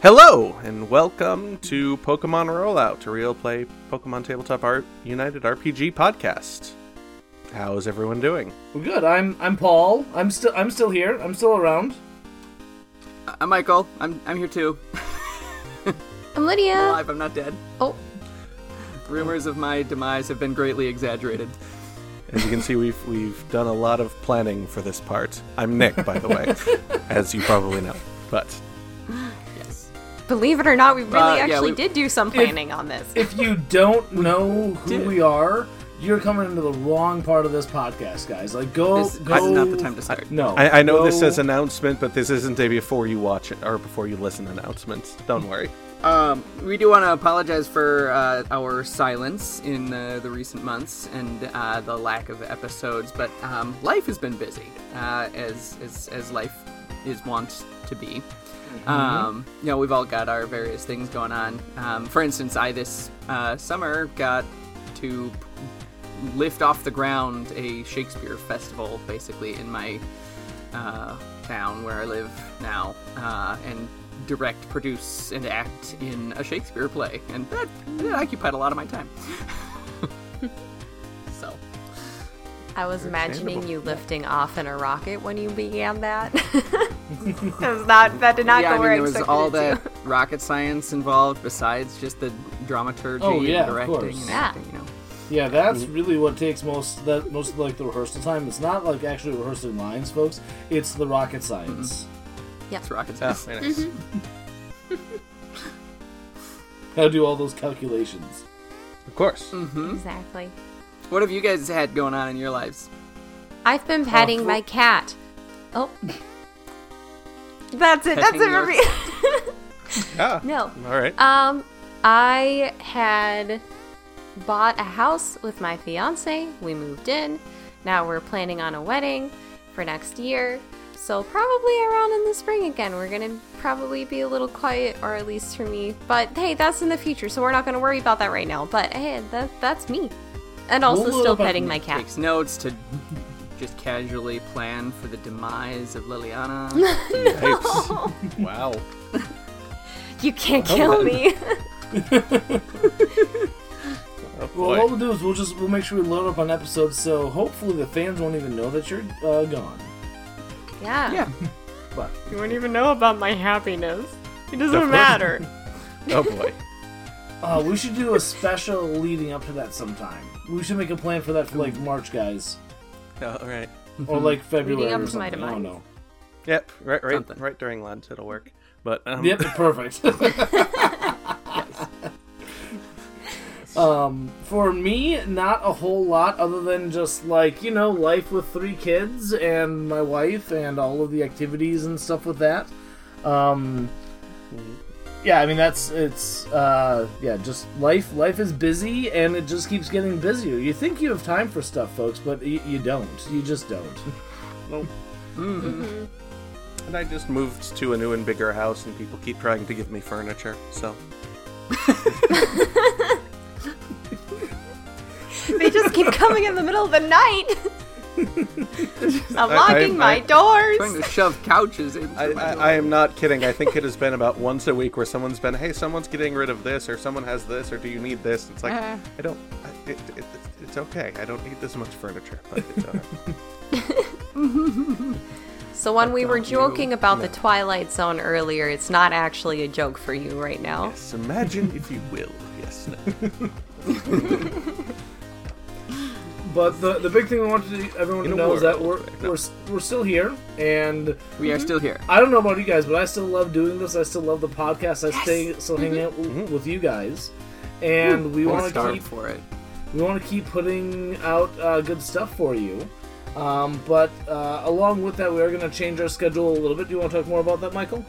Hello, and welcome to Pokemon Rollout, a real play Pokemon Tabletop Art United RPG podcast. How is everyone doing? Well, good. I'm I'm Paul. I'm still I'm still here. I'm still around. I'm Michael. I'm I'm here too. I'm Lydia. Alive. I'm not dead. Oh, Rumors of my demise have been greatly exaggerated. As you can see, we've we've done a lot of planning for this part. I'm Nick, by the way, as you probably know. But Yes. believe it or not, we really Uh, yeah, actually we- did do some planning on this. If you don't know who did. we are, you're coming into the wrong part of this podcast, guys. Like go This go. is not the time to start. No, I, I know this Go- says announcement, but this isn't a before you watch it or before you listen announcement. Don't worry. Um, we do want to apologize for uh, our silence in uh, the recent months and uh, the lack of episodes, but um, life has been busy, uh, as, as as life is wont to be. Um, you know, we've all got our various things going on. Um, for instance, I this uh, summer got to p- lift off the ground a Shakespeare festival, basically in my uh, town where I live now, uh, and direct, produce, and act in a Shakespeare play, and that, that occupied a lot of my time. so, I was imagining understandable. you lifting off in a rocket when you began that. that was not that did not yeah, I go mean, where I there was expected all it that to. rocket science involved, besides just the dramaturgy, Oh, yeah, of and directing, course. and Yeah. acting. You know, Yeah, that's really what takes most that most of, like the rehearsal time. It's not like actually rehearsing lines, folks. It's the rocket science. Mm-hmm. it's rocket Oh, science. very nice. Mm-hmm. How to do all those calculations. Of course. Hmm? Exactly. What have you guys had going on in your lives? I've been petting for- my cat. Oh. That's it. That's it Petting for your me. Ah, no. all right. Um, I had bought a house with my fiance. We moved in. Now we're planning on a wedding for next year. So probably around in the spring again. We're gonna probably be a little quiet, or at least for me. But hey, that's in the future, so we're not gonna worry about that right now. But hey, that that's me. And also We'll still look up petting and my cat. Takes notes to just casually plan for the demise of Liliana. Yikes. Oh, wow. You can't kill me. Oh, Well, boy. what we'll do is we'll just we'll make sure we load up on episodes, so hopefully the fans won't even know that you're uh, gone. yeah. yeah. But You won't even know about my happiness. It doesn't Definitely. matter. oh boy. Uh, we should do a special leading up to that sometime. We should make a plan for that for like March, guys, All right. or like February. Leading up or to my something. I don't demise. know. Yep. Right. Right. Something. Right during lunch, it'll work. But um, Yep, perfect. um, for me, not a whole lot other than just like you know life with three kids and my wife and all of the activities and stuff with that. Um, yeah, I mean that's it's uh, yeah, just life. Life is busy and it just keeps getting busier. You think you have time for stuff, folks, but y- you don't. You just don't. Well, And I just moved to a new and bigger house, and people keep trying to give me furniture. So They just keep coming in the middle of the night. I'm locking I- my I- Trying doors. to shove couches into I, my I, I am not kidding. I think it has been about once a week where someone's been, "Hey, someone's getting rid of this, or someone has this, or do you need this?" It's like Uh. I don't. I, it, it, it's okay. I don't need this much furniture. But uh, it's all right. So when we were don't you- joking about the Twilight Zone earlier, it's not actually a joke for you right now. yes, imagine if you will. Yes. No. But the, the big thing we wanted to, everyone In to a know is that we're, world, right? No. we're s- we're still here, and We are still here. I don't know about you guys, but I still love doing this. I still love the podcast. I stay still hanging out w- Mm-hmm. with you guys, and we want to keep for it. we want to keep putting out uh, good stuff for you. Um, but uh, along with that, we are going to change our schedule a little bit. Do you want to talk more about that, Michael?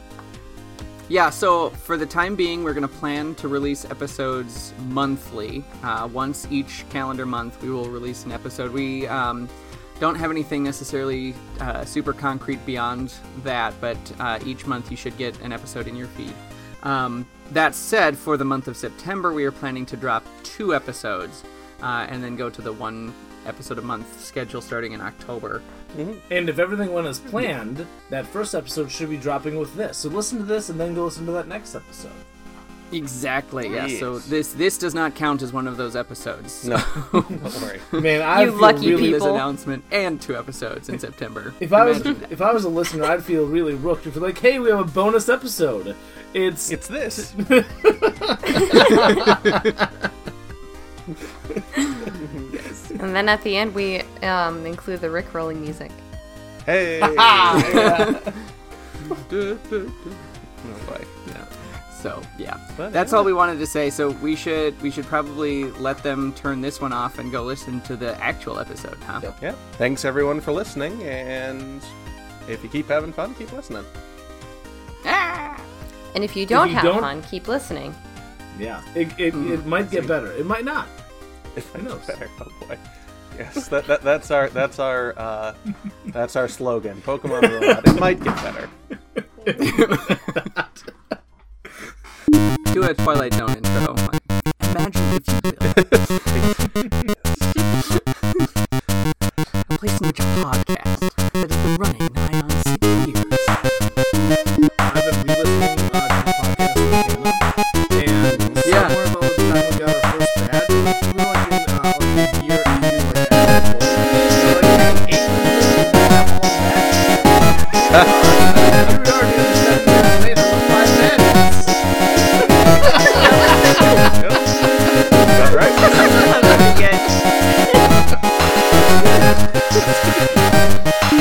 Yeah, so for the time being, we're going to plan to release episodes monthly. Uh, once each calendar month, we will release an episode. We um, don't have anything necessarily uh, super concrete beyond that, but uh, each month you should get an episode in your feed. Um, that said, for the month of September, we are planning to drop two episodes uh, and then go to the one episode a month schedule starting in October. And if everything went as planned, that first episode should be dropping with this. So listen to this and then go listen to that next episode. Exactly. Yeah. So Yes. this this does not count as one of those episodes. No, don't worry. Man, I You feel lucky really This People. announcement and two episodes in September. If I was Imagine that. if I was a listener, I'd feel really rooked if you're like, "Hey, we have a bonus episode." It's It's this. And then at the end, we um, include the Rickrolling music. Hey. oh boy. Yeah. So yeah, But, that's yeah. all we wanted to say. So we should we should probably let them turn this one off and go listen to the actual episode, huh? Yep. Yeah. Thanks everyone for listening, and if you keep having fun, keep listening. Ah! And if you don't you have don't- fun, keep listening. yeah. It it, it might get better. It might not. If I Who know knows? better. Oh boy. Yes, that, that that's our that's our uh, that's our slogan. Pokemon Rollout. It might get better. Do a Twilight Zone intro. Imagine if you will. A place in which a podcast that has uh, been